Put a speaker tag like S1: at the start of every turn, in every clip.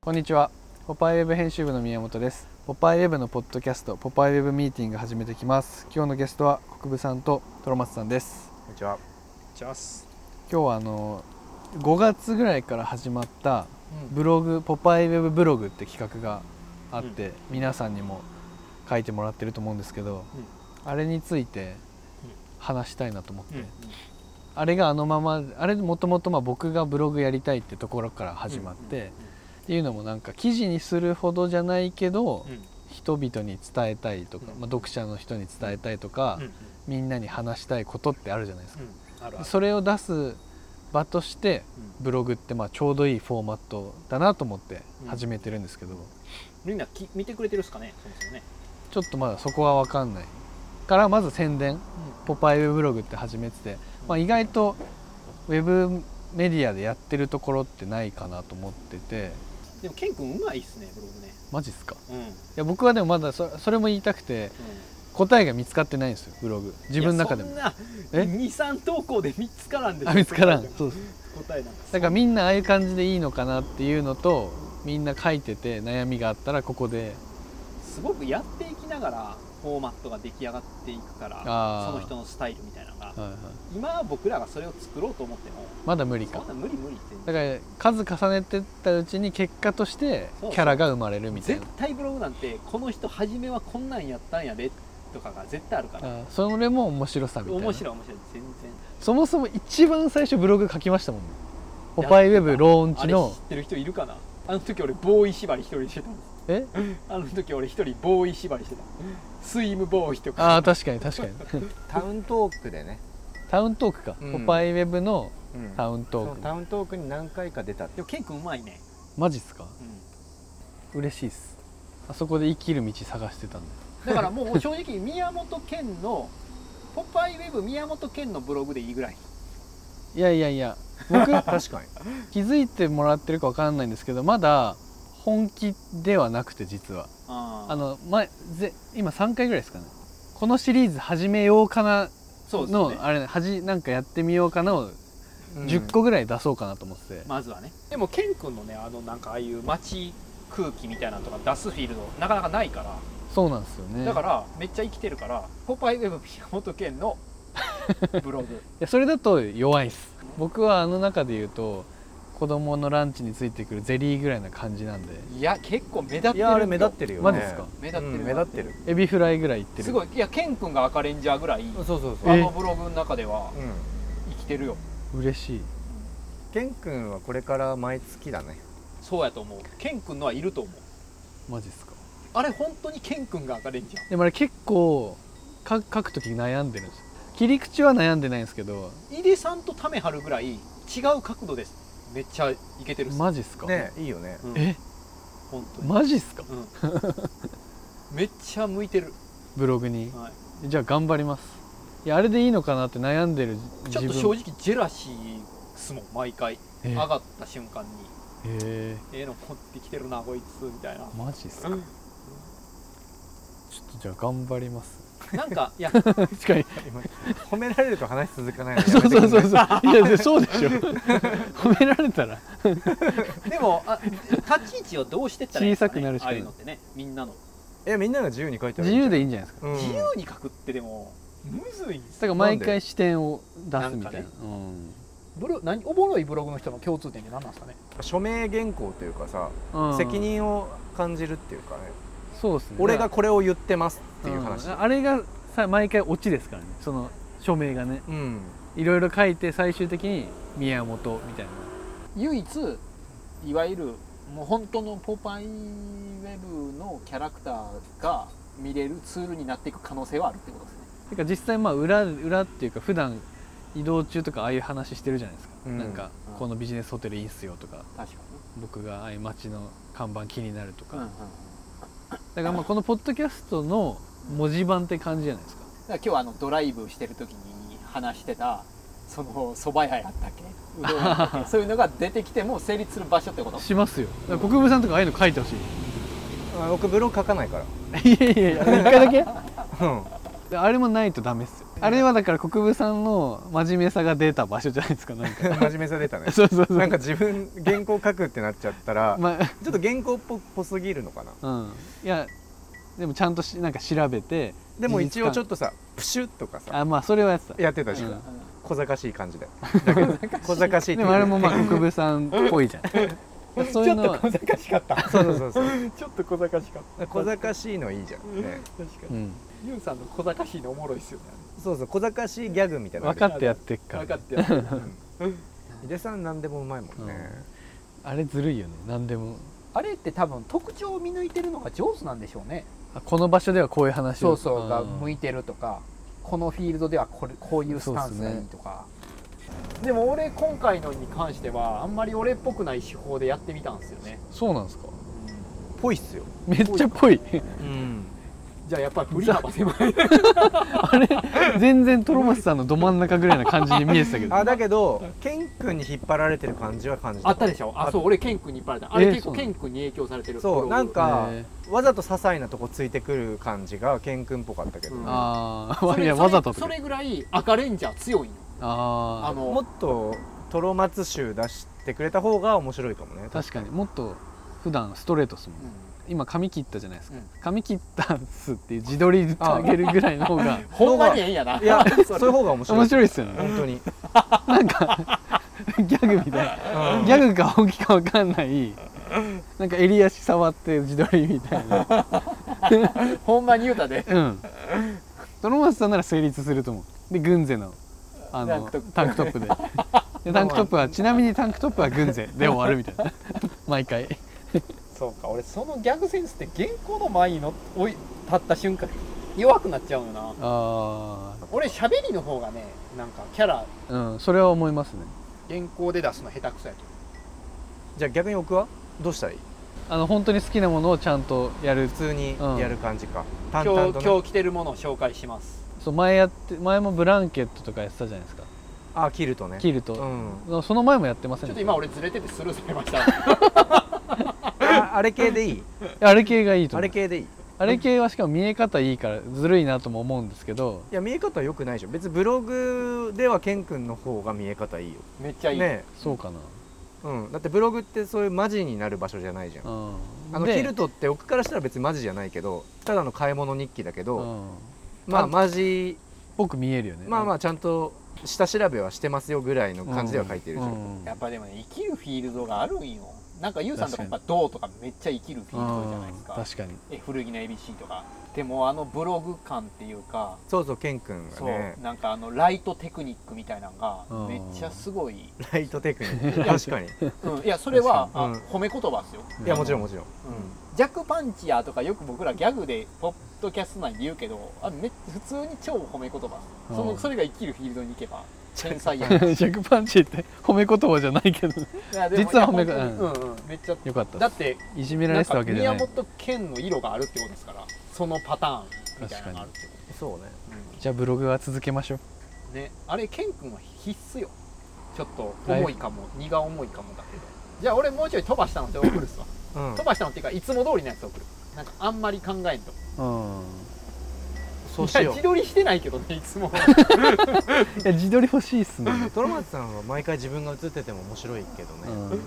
S1: こんにちはポパイウェブ編集部の宮本ですポパイウェブのポッドキャストポパイウェブミーティング始めてきます今日のゲストは国分さんとトロマツさんです
S2: こんにちは。チャス。
S1: 今日はあの5月ぐらいから始まった
S2: うん。
S1: ブログポパイウェブブログって企画があって、
S2: うん
S1: 皆さんにも書いてもらってると思うんですけどあれについて話したいなと思って、
S2: うん。
S1: あれがあのままあれもともとまあ僕がブログやりたいってところから始まって、っていうのもなんか記事にするほどじゃないけど、
S2: うん。うん。
S1: 人々に伝えたいとか、
S2: うん
S1: まあ、読者の人に伝えたいとか、
S2: うん。
S1: みんなに話したいことってあるじゃないですか、
S2: うん。あるある。
S1: それを出す場として
S2: うん
S1: ブログってまあちょうどいいフォーマットだなと思って
S2: うん
S1: 始めてるんですけど、
S2: みんなき見てくれてるっすかね。そもそもね。
S1: ちょっとまだそこは分かんないからまず宣伝「ポパイウェブブログ」って始めてて、まあ、意外とウェブメディアでやってるところってないかなと思ってて
S2: でもケン君うまいっすねブログね。
S1: マジっすか
S2: うん。うん。
S1: いや僕はでもまだそそれも言いたくて答えが見つかってないんですよブログ自分の中でも
S2: いやそん
S1: え
S2: な二三投稿で見つからんでしょ。
S1: あ見つからん
S2: 答
S1: そうです
S2: えなんか。
S1: だからみんなああいう感じでいいのかなっていうのとみんな書いてて悩みがあったらここです
S2: ごくやっていきながらフォーマットが出来上がっていくから、
S1: あー
S2: その人のスタイルみたいなのが。
S1: はいはい
S2: 今僕らがそれを作ろうと思っても、
S1: まだ無理
S2: そ
S1: か
S2: んな無理無理って。
S1: だから数重ねてったうちに結果として
S2: そうそう
S1: キャラが生まれるみたい
S2: 絶
S1: な
S2: 対ブログなんてこの人初めはこんなんやったんやでとかが絶対あるから
S1: あそれも面白さみたいな
S2: 面白い面白い全然
S1: そもそも一番最初ブログ書きましたもんねポパイウェブローン
S2: あ
S1: チ
S2: れ知
S1: の
S2: ってる人いるかなあの時俺ボーイ縛り一人でしてたんです
S1: え
S2: あの時俺一人ボーイ縛りしてたスイムボーイとか
S1: ああ確かに確かに
S3: タウントークでね、
S1: タウントークか、
S3: うん
S1: ポパイウェブの
S3: うん
S1: タウン
S3: そ
S1: ト
S3: の
S1: ー
S3: タ
S1: ク
S3: ウントークに何回か出たって
S2: でもケン君うまいね、
S1: マジっすか
S2: う
S1: 嬉しいっすあそこで生きる道探してたんで
S2: ん、だからもう正直宮本健のポパイウェブ宮本健のブログでいいぐらい
S1: いやいやいや 僕
S3: 確かに
S1: 気づいてもらってるかわかんないんですけどまだ本気ではなくて実は
S2: あ
S1: あの前ぜ今3回ぐらいですかねこのシリーズ始めようかな
S2: そうです
S1: の、
S2: ね
S1: あれはじなんかやってみようかなを10
S3: 10
S1: 個ぐらい出そうかなと思ってて、
S2: まずはねでもケン君のねあのなんかああいう街空気みたいなのとか出すフィールドなかなかないから
S1: そうなんですよね
S2: だからめっちゃ生きてるから「ポパイウェブ宮本健 のブログ
S1: いやそれだと弱いっす僕はあの中で言うと子供のランチについてくるゼリーぐらいな感じなんで」
S2: いや結構目立ってる
S3: いやあれ目立ってるよね
S1: マジっすか
S2: 目立ってる、
S3: うん目立ってる
S1: エビフライぐらいいってる
S2: すごいいやケン君が赤レンジャーぐらい
S3: そうそうそう
S2: あのブログの中では
S3: うん
S2: 生きてるよ
S1: 嬉しい
S3: ケン君はこれから毎月だね
S2: そうやと思うケン君のはいると思う
S1: マジっすか
S2: あれ本当にケン君が赤レンジャ
S1: でもあれ結構か書く時悩んでるんですよ切り口は悩んでないんですけど
S2: ー井出さんとタメ張るぐらい違う角度ですめっちゃいけてるっす、
S1: マジっすか、
S3: ねいいよね
S2: うん
S1: え
S2: 本当に、
S1: マジっすか
S2: うんめっちゃ向いてる、
S1: ブログに
S2: はい
S1: じゃあ頑張りますいやあれでいいのかなって悩んでる自
S2: ちょっ
S1: 分
S2: と正直ジェラシーっすもん毎回
S1: え
S2: 上がった瞬間に
S1: え
S2: ええの持ってきてるなこいつみたいな
S1: ーマジっすか
S2: うん
S1: ちょっとじゃあ頑張ります
S2: なんかいや
S1: 確かに
S3: 今 褒められると話続かないの
S1: そうそうそうそう
S3: う
S1: いやそうでしょ 褒められたら
S2: でもあ立ち位置をどうしてったらいいんです
S1: 小さくなるしか
S2: ああ
S1: ない
S2: いうのってねみんなの
S3: いやみんなが自由に書いて
S1: 自由でい
S3: い
S1: いんじゃないですか
S3: 自
S2: 自由に書くってでもむずいんです
S1: だから毎回視点を出すみたいな
S2: なんかね
S1: うん
S2: ブロ何おもろいブログの人の共通点って何なんですかね
S3: 署名原稿というかさ
S1: うん
S3: 責任を感じるっていうかね
S1: そうですね
S3: 俺がこれを言ってますっていう話
S1: んあれがさ毎回オチですからねその署名がね
S3: うん
S1: いろいろ書いて最終的に宮本みたいな
S2: 唯一いわゆるもう本当のポパイウェブのキャラクターが見れるツールになっていく可能性はあるってことですね
S1: てか実際まあ裏裏っていうか普段移動中とかああいう話してるじゃないですか、
S3: うん
S1: なんか
S2: うん
S1: このビジネスホテルいいんすよとか
S2: 確か
S1: 僕がああいう街の看板気になるとか、
S2: に、
S1: だからまあこのポッドキャストの文字盤って感じじゃないですか
S2: だから今日はあのドライブしてる時に話してたその蕎麦屋やったっけうどん屋やった っけそういうのが出てきても成立する場所ってこと
S1: しますよだから国分さんとかああいうの書いてほしい
S3: あ 僕ブログ書かないから
S1: いやいやいや一回だけ
S3: うん
S1: であれもないとダメっすよあれはだから国分さんの真面目さが出た場所じゃないですかなん か
S3: 真面目さ出たね
S1: そうそうそう
S3: なんか自分原稿書くってなっちゃったら、
S1: まあ
S3: ちょっと原稿っぽぽすぎるのかな
S1: うんいやでもちゃんとしなんか調べて
S3: でも一応ちょ
S1: っ
S3: っとさプシュッとかさ
S1: あまあそれはやってた
S3: やってたじゃ
S1: うんん
S3: 小賢しい感じでだけど小賢しいっ
S1: で
S3: ていう
S1: もあれもまあ国分さんっぽいじゃんそういうのは
S2: 賢しかった
S3: そうそうそうそう
S2: ちょっと小賢しかっ
S3: 小賢しいのいいじゃん、ね、
S2: 確か
S1: うん
S2: にユウさんの小賢しいのおもろいっすよね
S3: そうそう小賢しいギャグみたいなのあ
S1: 分
S3: る
S1: かってやってっから
S2: 分かってやってる
S3: 井出さん何でもうまいもんね、
S1: あれずるいよね何でも
S4: あれって多分特徴を見抜いてるのが上手なんでしょうね
S1: あこの場所ではこういう話
S4: そ
S1: を
S4: うそうが向
S1: い
S4: いてるとかこのフィールドではこれこういうスタンスがいいとか、
S2: でも俺今回のに関してはあんまり俺っぽくない手法でやってみたんですよね
S1: そうなんですか
S3: ぽいっすよ、
S1: めっちゃぽい
S3: うん、
S2: じゃあやっぱり振り幅狭い
S1: 全然トロマスさんのど真ん中ぐらいな感じに見えてたけど
S3: あだけどケン君に引っ張られてる感じは感じ
S2: あったでしょあそう俺ケン君に引っ張られたあ
S1: え
S2: れ
S1: ー
S2: 結
S1: そ
S2: 構
S1: うな
S2: ケ
S1: の
S2: ン君に影響されてる
S3: そうなんか
S1: えー
S3: わざと些細なとこついてくる感じがケン君っぽかったけど、
S2: うん
S1: あ
S2: そ
S1: あい
S2: れ
S1: や
S2: それ
S1: わざとって
S2: それぐらい赤レンジャー強いのあ
S1: ああ
S3: も
S2: の
S3: っとトロマツ集出してくれた方が面白いかもね
S1: 確かにもっと普段ストレートっすもん、ね今髪切ったじゃないですか、
S2: うん
S1: 髪切ったっすっていう自撮りあげるぐらいの方が
S2: ほんまにええんやない
S3: やそういう方が面白い
S1: 面白いっすよね
S3: 本当に、
S1: なんかギャグみたいな
S3: うん
S1: ギャグか本気かわかんないなんか襟足触って自撮りみたいな
S2: ほんまに言うたで
S1: うん泥松さんなら成立すると思うで軍勢のあのタンクトッ プででタンクトップはちなみにタンクトップは軍勢で終わるみた いな毎回
S4: そうか俺そのギャグセンスって原稿の前にのおい立った瞬間弱くなっちゃうよな
S1: あ
S4: 俺喋りの方がねなんかキャラ
S1: あうんそれは思いますね
S4: 原稿で出すの下手くそやと
S3: じゃあ逆に僕はどうしたらいい
S1: あの本当に好きなものをちゃんとやる
S3: 普通にやる感じか、淡
S2: 今
S3: 々
S2: 日
S3: と、ね、
S2: 今日着てるものを紹介します
S1: そう前やって前もブランケットとかやってたじゃないですか
S3: あ切るとね
S1: キルト
S3: う、ん
S1: その前もやってません
S2: ちょ
S1: で
S2: っ
S1: し
S2: と
S1: た
S2: 今俺ずれててスルーされました
S3: ああれ系でいい
S1: あれ系がいいと
S3: あ
S1: 思
S3: れ
S1: う
S3: 系でいいい
S1: あれ系はしかも見え方いいからずるいなとも思うんですけど
S3: や見え方は良くないでしょ別にブログではケン君の方が見え方いいよ
S2: めっちゃいい、
S3: ね
S1: そうかな
S3: え、うん、だってブログってそういうマジになる場所じゃないじゃん
S1: うん
S3: あのキルトって奥からしたら別にマジじゃないけどただの買い物日記だけ
S1: う
S3: ど、
S1: ん
S3: ま
S1: あ
S3: あマジ
S1: 僕見えるよね
S3: まあまあちゃんと下調べはしてますよぐらいの感じでは書いてるじゃん、
S1: うん
S2: やっぱでもね生きるフィールドがあるんよなんかユウさんとかやっぱ銅とかめっちゃ生きるフィールドじゃないです
S1: うん
S2: か
S1: 確かに
S2: え古着の ABC とかでもあのブログ感っていうか
S3: そうそうケン君が
S2: そう、
S3: ね
S2: なんかあのライトテクニックみたいなのが
S1: うん
S2: めっちゃす ごい、
S3: ライトテクニック確かに
S2: うん、いやそれは、
S3: 確かに
S2: あ褒め言葉ですよ、
S1: うん
S3: いやもちろんもちろん
S2: うん、ジャックパンチヤーとかよく僕らギャグでポッドキャスト内で言うけどあめ普通に超褒め言葉ですそ
S1: うん
S2: のそれが生きるフィールドに行けば天才
S1: ジ
S2: やん
S1: ャックパンチって褒め言葉じゃない けど
S2: いやでも
S1: 実は褒め言
S2: い
S1: 葉
S2: や本当にうんうんめっちゃ
S1: よかった
S2: だ
S1: で
S2: って
S1: すいじめら
S2: な
S1: れ
S2: ん
S1: てた
S2: か
S1: わけじゃ
S2: 宮
S1: ない
S2: 本健の色があるってことですからそのパターンみたいなのがあるってこ
S3: そうね
S2: と、うん
S1: じゃあブログは続けましょう
S2: ねあれケン君は必須よちょっと重いかも荷が重いかもだけどじゃあ俺もうちょい飛ばしたので送るっすわ
S3: うん
S2: 飛ばしたのっていうかいつも通りのやつ送るなんかあんまり考えんと
S1: うん
S3: そう
S2: い
S3: し
S2: や
S3: よ
S2: 自撮りしてないけどねい つも
S1: いや自撮り欲しいっすね
S3: うトロマツさんは毎回自分が映ってても面白いけどね、
S1: うん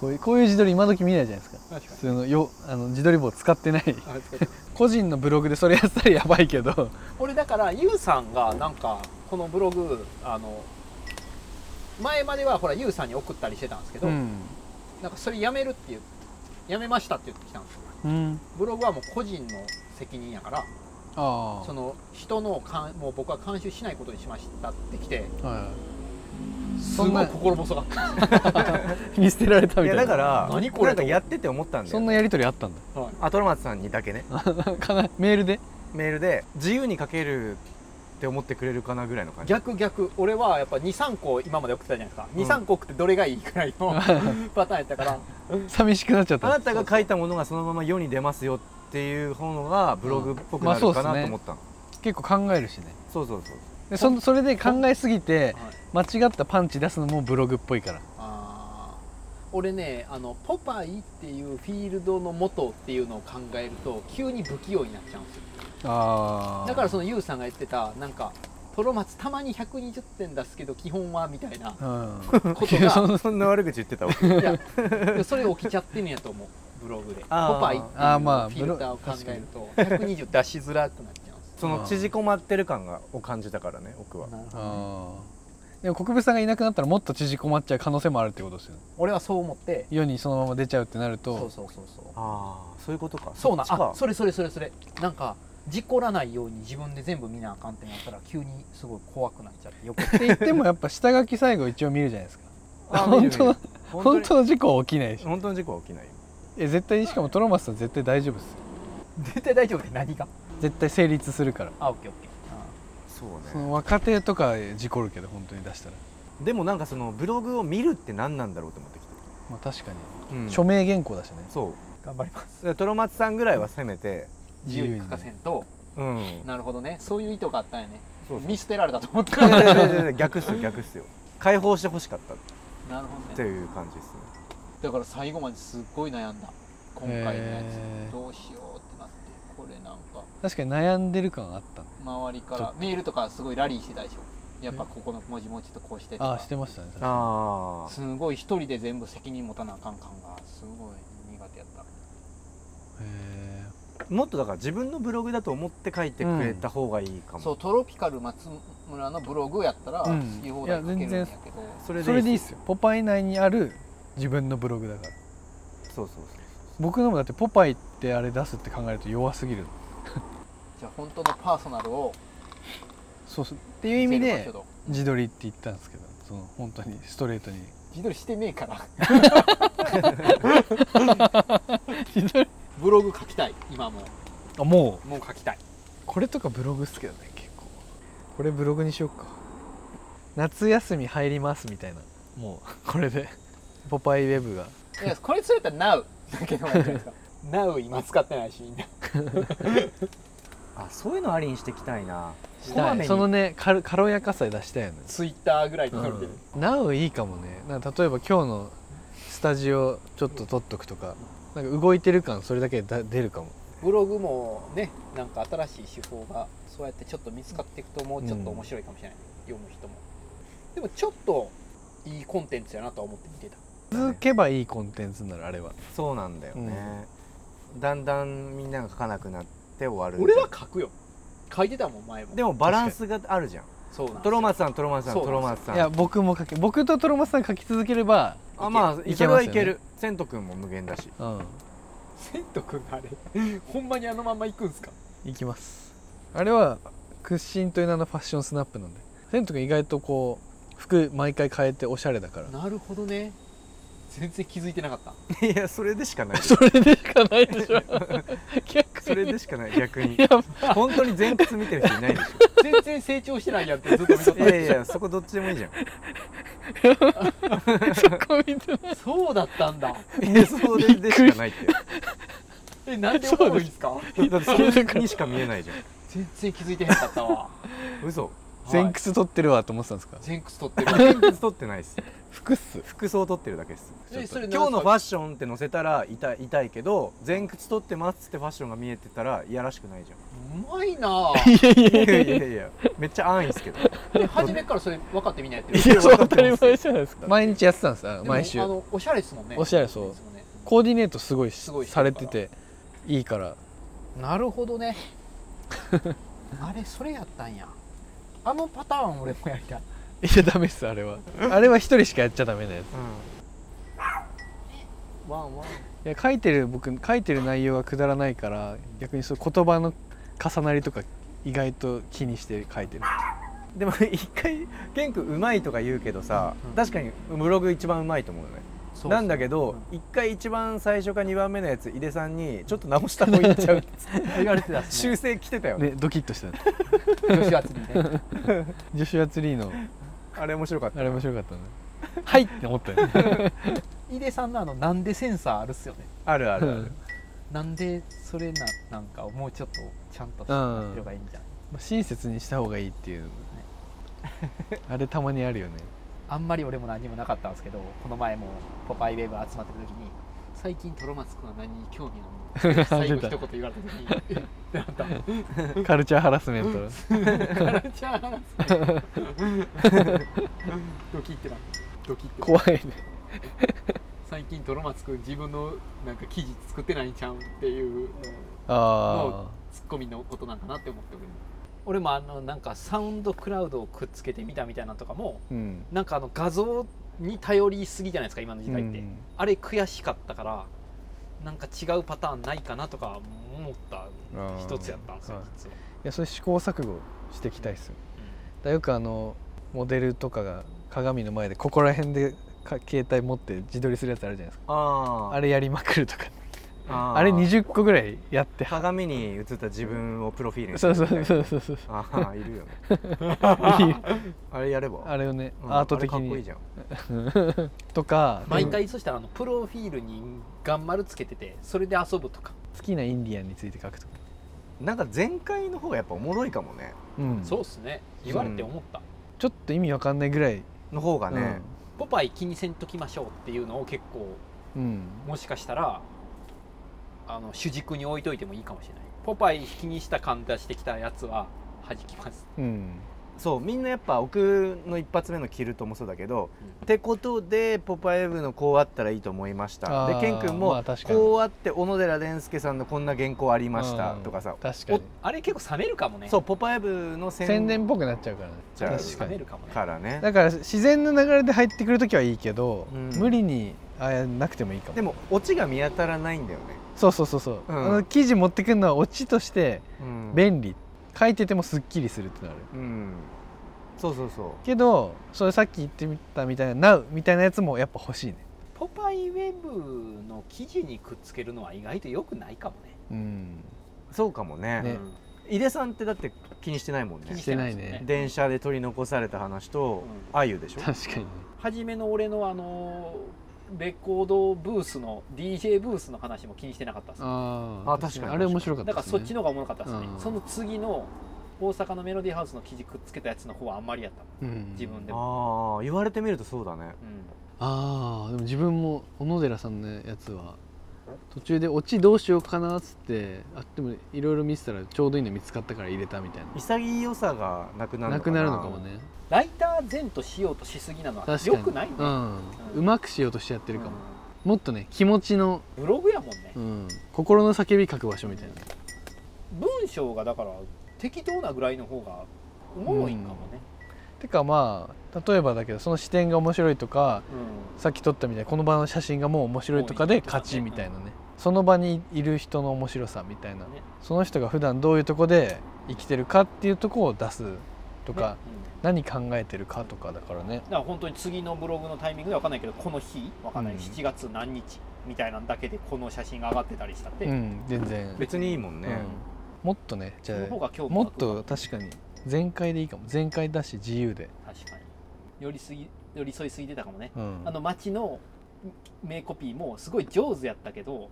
S1: こういうこういう自撮り今時見ないじゃないですか
S2: 確か
S1: 普通のよあの自撮り棒使ってない
S2: にあそうか
S1: 個人のブログでそれやったらやばいけど
S2: 俺だからユウさんがなんかこのブログあの前まではほらユウさんに送ったりしてたんですけど、なんかそれやめるって言うやめましたって言ってきたんですよ
S1: うん
S2: ブログはもう個人の責任やから
S1: あ
S2: その人のかんもう僕は監修しないことにしましたってきて
S1: あは
S2: す
S1: そん
S2: ご
S1: ない
S2: 心細かった
S1: い見捨てられた
S3: い
S1: みた
S3: や
S1: いな
S3: だから
S2: 何これ
S3: なんかやってて思ったんだよ
S1: そんなやり取りあったんだ
S2: はい
S3: あトロマツさんにだけね
S1: かなメールで
S3: メールで自由に書けるって思ってくれるかなぐらいの感じ
S2: 逆逆俺はやっぱ23個今まで送ってたじゃないですか
S3: うん
S2: 23、個送ってどれがいいくらい のパターンやったから
S1: 寂しくなっちゃっ
S3: あ
S1: た
S3: なたが書いたものがそのまま世に出ますよっていう方がブログっぽくな
S1: う
S3: る
S1: んまあそ
S3: か
S1: うっす
S3: な
S1: ね
S3: と思ったの、
S1: 結構考えるしね
S3: そうそうそう
S1: でそそれで考えすぎて間違ったパンチ出すのもブログっぽいから
S2: あー俺ねあのポパイっていうフィールドの元っていうのを考えると急に不器用になっちゃうんですよ
S1: あ
S2: だからそ
S1: の
S2: のユウさんが言ってたなんかトロマツたまに120点出すけど基本はみたいな
S1: うん
S2: こと
S1: いやそ
S2: が
S1: んな
S3: そんな悪口言ってた
S2: いやでもそれ起きちゃってんやと思うブログでポ
S3: あー
S2: パイっていうフ
S1: あーまあ
S2: ィルターを考えると120出しづらくなっちゃうんです
S3: その縮こまってる感がを感じたからね僕は
S2: なるほどね
S1: あーでも国分さんがいなくなったらもっと縮こまっちゃう可能性もあるってことですよね
S2: 俺はそう思って
S1: 世にそのまま出ちゃうってなる
S2: そう
S1: と
S2: そうそうそう
S3: ああそういうことか
S2: そうなん
S3: っちか
S2: あそれそれそれそれなんか事故らないように自分で全部見なあかんってなったら急にすごい怖くなっちゃってよく
S1: って言ってもやっぱ下書き最後一応見るじゃないですか
S3: あ見る見る
S1: 本本
S3: に
S1: 当の事故は起きないし
S3: 本当の事故は起きないよ
S1: え絶対しかもトロマスは絶対大丈夫ですよ
S2: 絶対大丈夫って何が
S1: 絶対成立するから
S2: あオッケーオッケー
S3: そう
S1: その若手とか事故るけど本当に出したら
S3: でもなんかそのブログを見るって何なんだろうと思ってきて、
S1: まあ確かに、
S3: うん
S1: 署名原稿だしね
S3: そう
S2: うん頑張ります
S3: だからトロマツさんぐらいはせめて
S2: 自由に書かせんと
S3: うん
S2: なるほどねそういう意図があったんやね
S3: そうそう
S2: 見捨てられたと思った
S3: い
S2: な
S3: や
S2: る
S3: いやいやいや逆っすよ逆っすよ解放してほしかったっ
S2: ほ
S3: て
S2: どね
S3: いう感じですね
S2: だから最後まですっごい悩んだ今回のや
S1: へー
S2: つどうしようってなってこれなんか
S1: 確かに悩んでる感あったね
S2: 周りか
S1: ちょっ
S2: らメールとかすごいラリーしてたでしょやっぱここの文字もうちょっとこうしてと
S1: あ
S2: か
S1: あしてましたね確かに
S3: あ
S2: すごい一人で全部責任持たなあかん感がすごい苦手やった
S1: へ
S3: あもっとだから自分のブログだと思って書いてくれた方がいいか
S2: そ
S3: も、
S2: うトロピカル松村のブログやったら
S1: うん
S2: 好き放題書けるんや
S1: い
S2: けど、
S1: や全然
S3: そ
S1: え
S3: れ
S1: それでいいっ
S3: よ
S1: すよポパイ内にある自分のブログだから
S3: そうそうそう
S1: 僕のもだってポパイってあれ出すって考えると弱すぎる
S2: じゃあ本当のパーソナルを
S1: そうそうっていう意味
S2: 見
S1: で
S2: せ る場所と
S1: 自撮りって言ったんですけどその本当にストレートに
S2: 自撮りしてねえから
S1: 自撮り
S2: ブログ書きたい今も
S1: あも
S2: もう書きたいう
S1: これとかブログっすけどね結構これブログにしよっか夏休み入りますみたいなもうこれで ポパイウェブが
S2: いやこれそれやったら Now だけの方がいいんじゃないです か Now 今使ってないしみんな
S3: あそういうのありにしていきたいな
S1: し
S3: こま
S1: た
S3: め
S1: い
S3: に
S1: そのね軽軽やかさ出したいよね
S2: Twitter ぐらいになるけど、
S1: なおいいかもねなんか例えば今日のスタジオちょっと撮っとくとかなんか動いてる感それだけで出るかも
S2: ブログもねなんか新しい手法がそうやってちょっと見つかっていくともうちょっと面白いかもしれない、読む人もでもちょっといいコンテンツやなとは思って見てた
S1: 続けばいいコンテンツになるあれは
S3: そうなんだよね、だんだんみんなが書かなくなって終わる
S2: 俺は書くよ書いてたもん前も
S3: でもバランスがあるじゃん
S2: そうなんですよ
S3: トロマツさんトロマツさん
S2: そう
S3: トロマツさ
S1: いや
S3: ん
S1: 僕も書け僕とトロマスさん書き続ければ
S3: あまあ
S1: いけ
S3: それはい
S1: いけますよ
S3: け
S1: ね
S3: るセント君も無限だし
S1: うん
S2: セント君があれ ほんまにあのまんま行くんすか
S1: いきますあれは屈伸という名のファッションスナップなんでセント君意外とこう服毎回変えておしゃれだから
S2: なるほどね全然気づいてなかった
S3: いやそれでしかない
S1: それでしかないでしょ 逆
S3: それでしか ない逆に
S1: や
S3: 本当に前屈見てる人いないで し
S2: 全然成長してないやんってずっと見とっ
S3: ょいやいやそこどっちでもいいじゃん
S1: そこ見てない
S2: たそうだったんだ
S3: いやそれでしかないって
S2: えなんで思うんすか
S3: だってそれにしか見えないじゃ
S2: 全然気づいてへんかっ たわ
S3: ん嘘
S1: 前屈取ってるわと思ってたんですか
S2: 前屈取ってる
S3: 前屈撮ってないっす
S1: 服っす
S3: 服装撮ってるだけっす
S2: えそれ
S3: 今日のファッションって載せたら痛い痛いけど前屈撮ってますってファッションが見えてたらいやらしくないじゃん
S2: うまいなあ
S1: いやい
S3: いやいやいやめっちゃ安易っすけど
S2: で初めからそれ分かってみんなやってる
S1: いやそう当たり前じゃないですか毎日やってたんですあの
S2: でも
S1: 毎週
S2: あのおしゃれですもんね
S1: おしゃれそう
S2: いつもね
S1: コーディネートすごいし
S2: すごいして
S1: さ
S2: るか
S1: れ
S2: ら
S1: てていいから
S2: なるほ どねあれそれやったんやあのパターン俺もやりたい
S1: いやダメっすあれはあれは一人しかやっちゃダメなやつ
S2: ワンワン
S1: いや書いてる僕書いてる内容がくだらないから逆にそう言葉の重なりとか意外と気にして書いてる
S3: でも一回健君うまいとか言うけどさ、
S2: うん
S3: 確かにブログ一番うまいと思うよねなんだけど一、回一番最初か二番目のやつ井出さんにちょっと直した方がいいん ちゃう
S2: 言われてたっすね
S3: 修正来てたよね
S1: ねドキッとしたね
S2: 女子圧にね
S1: ジョシュアツリーの
S3: あれ面白かった
S1: あれ面白かったねはいって思ったよね
S2: 井出さんのあのなんでセンサーあるっすよね
S3: あるあるあ
S1: うん
S3: る
S2: なんでそれななんかもうちょっとちゃんとしたってればいいんじゃない、
S1: まあ 親切にした方がいいっていうあれたまにあるよね
S2: あんまり俺も何もなかったんですけどこの前も「ポパイウェブ」集まってる時に
S5: 最近トロマツくんは何に興味 あるの最後一言言われた時にってなった
S1: カルチャーハラスメント
S5: カラチャー話すドキってなドキってな
S1: 怖いね
S5: 最近トロマツくん自分のなんか記事作ってないんちゃうんっていう
S1: あ
S5: ツッコミのことなんかなって思ってお
S2: 俺もあのなんかサウンドクラウドをくっつけてみたみたいなのとかも
S1: あうん
S2: なんかあの画像に頼りすぎじゃないですか今の時代って、
S1: うん
S2: あれ悔しかったからなんか違うパターンないかなとか思った
S1: あー
S2: 一つやったんですよ
S1: はい
S2: 実はい
S1: やそれ試行錯誤していきたいっすよ、だよくあのモデルとかが鏡の前でここら辺でか携帯持って自撮りするやつあるじゃないですか
S3: あー
S1: あれやりまくるとか
S3: あー
S1: あれ20個ぐらいやっては
S3: 鏡に映った自分をプロフィールにす
S1: そ
S3: る
S1: う
S3: み
S1: そ
S3: た
S1: う
S3: いな
S1: そうそうそう
S3: ああいるよね
S1: いい
S3: あれやれば
S1: あれをね、
S3: うん
S1: アート的
S3: あれかっこいい
S1: に
S3: じゃん
S1: とか
S2: 毎
S1: 好
S2: 回そしたらあのプロフィールにガンマルつけててそれで遊ぶとか、
S1: きなインディアンについて書くとか、
S3: なんか前回の方がやっぱおもろいかもね
S1: うん
S2: そうっすね言われて思った、
S1: ちょっと意味わかんないぐらい、
S3: の方がね、
S2: ポパイ気にせんときましょうっていうのを結構
S1: うん、うん
S2: もしかしたらあの主軸に置いといてもいいかもしれないポパイ気にした感出してきたやつは弾きます
S1: うん
S3: そうみんなやっぱ奥の一発目のキルトもそうだけど、ってことで「ポパイウェブ」のこうあったらいいと思いました
S1: あー
S3: でケン君
S1: まあ
S3: も
S1: 確かに
S3: こうあって小野寺蓮介さんのこんな原稿ありました
S1: うん
S3: とかさ
S1: 確かに
S2: あれ結構冷めるかもね
S3: そう「ポパイウェブ」の宣
S1: 宣伝っぽくなっちゃうからね
S3: じゃあ
S1: 確か
S2: 冷め
S1: に
S2: るかもね
S3: からね
S1: だから自然な流れで入ってくるときはいいけど、
S3: うん
S1: 無理にああなくてもいいかも
S3: でもオチが見当たらないんだよね、
S1: そうそうそうそう、
S3: うん
S1: あの記事持ってくるのはオチとして
S3: うん
S1: 便利、書いててもすっきりするってなる
S3: うんそうそうそう
S1: けどそれさっき言ってみたみたいな「Now」みたいなやつもやっぱ欲しいね
S2: ポパイウェブの記事にくっつけるのは意外と良くないかもね
S1: うん
S3: そうかもね
S1: ね
S2: うん
S3: 井出さんってだって気にしてないもん
S2: 気に
S3: ね
S1: してない
S2: してないで
S1: ね
S2: すね
S3: 電車で取り残された話と
S2: う
S3: あゆでしょ
S1: 確かにね
S2: 初めの俺のあのレコードブースの DJ ブースの話も気にしてなかったです
S1: あ
S3: あ確かに
S1: あれ面白かった
S2: だからそっち
S1: の
S2: の方がおもろかったですね、
S1: うん
S2: その次の大阪のメロディーハウスの記事くっつけたやつの方はあんまりやった、自分でも、
S3: ああ言われてみるとそうだね
S2: うん
S1: ああでも自分も小野寺さんのやつは途中でオチどうしようかなっつってあでもいろいろ見てたらちょうどいいの見つかったから入れたみたい
S3: 潔さがなくな
S1: なな
S3: るのか
S1: く
S3: な
S1: なるのかもね
S2: ライター前としようとしすぎなのは
S1: 確かに
S2: 良くないね、
S1: う
S2: うん
S1: ん
S2: うん
S1: うまくしようとしてやってるかも、
S2: ブ
S1: もっとね気持ちの、
S2: ログやもんね、
S1: うん、心の叫び書く場所みたいな
S2: 文章がだから適当なぐらいの方がおもろいんかもね、
S1: てかまあ例えばだけどその視点が面白いとか
S2: うん
S1: さっき撮ったみたいにこの場の写真がもう面白いとかで勝ちみたいなねその場にいる人の面白さみたいな
S2: ね
S1: その人が普段どういうとこで生きてるかっていうとこを出すとか、
S2: うん
S1: 何考えてるかとかだからね
S2: だから本当に次のブログのタイミングでわかんないけどこの日わかんない、
S1: うん
S2: 7月何日みたいなんだけでこの写真が上がってたりしたって、
S1: うん全然、
S3: 別にいいもん
S1: うん
S3: ね、
S1: もっとねじ
S2: そ
S1: ゃ
S2: の方
S1: あ
S2: が興味
S1: も
S2: 湧
S1: っ
S2: くかも
S1: と確かに全開でいいかも全開だし自由で、
S2: 確かに寄りすぎ寄り添いすぎてたかもね、
S1: うん、
S2: あの街の名コピーもすごい上手やったけど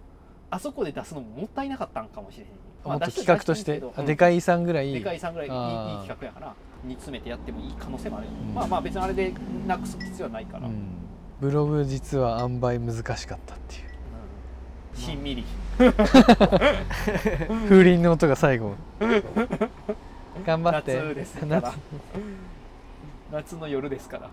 S2: あそこで出すのももったいなかったんかもしれへん、
S1: もっと
S2: まあ出し
S1: 企画として、
S2: 出
S1: あ
S2: るけど
S1: でかい遺産ぐらい
S2: でかいさんぐらいいい
S1: あー
S2: いい企画やから煮詰めてやってもいい可能性もあるよ、
S1: ん
S2: まあまあ別にあれでなくす必要はないから、
S1: う
S2: うん
S1: ん、ブログ実は塩梅難しかったっていう
S2: しんみり
S1: 風鈴の音が最後頑張って
S2: 夏ですから夏の夜ですから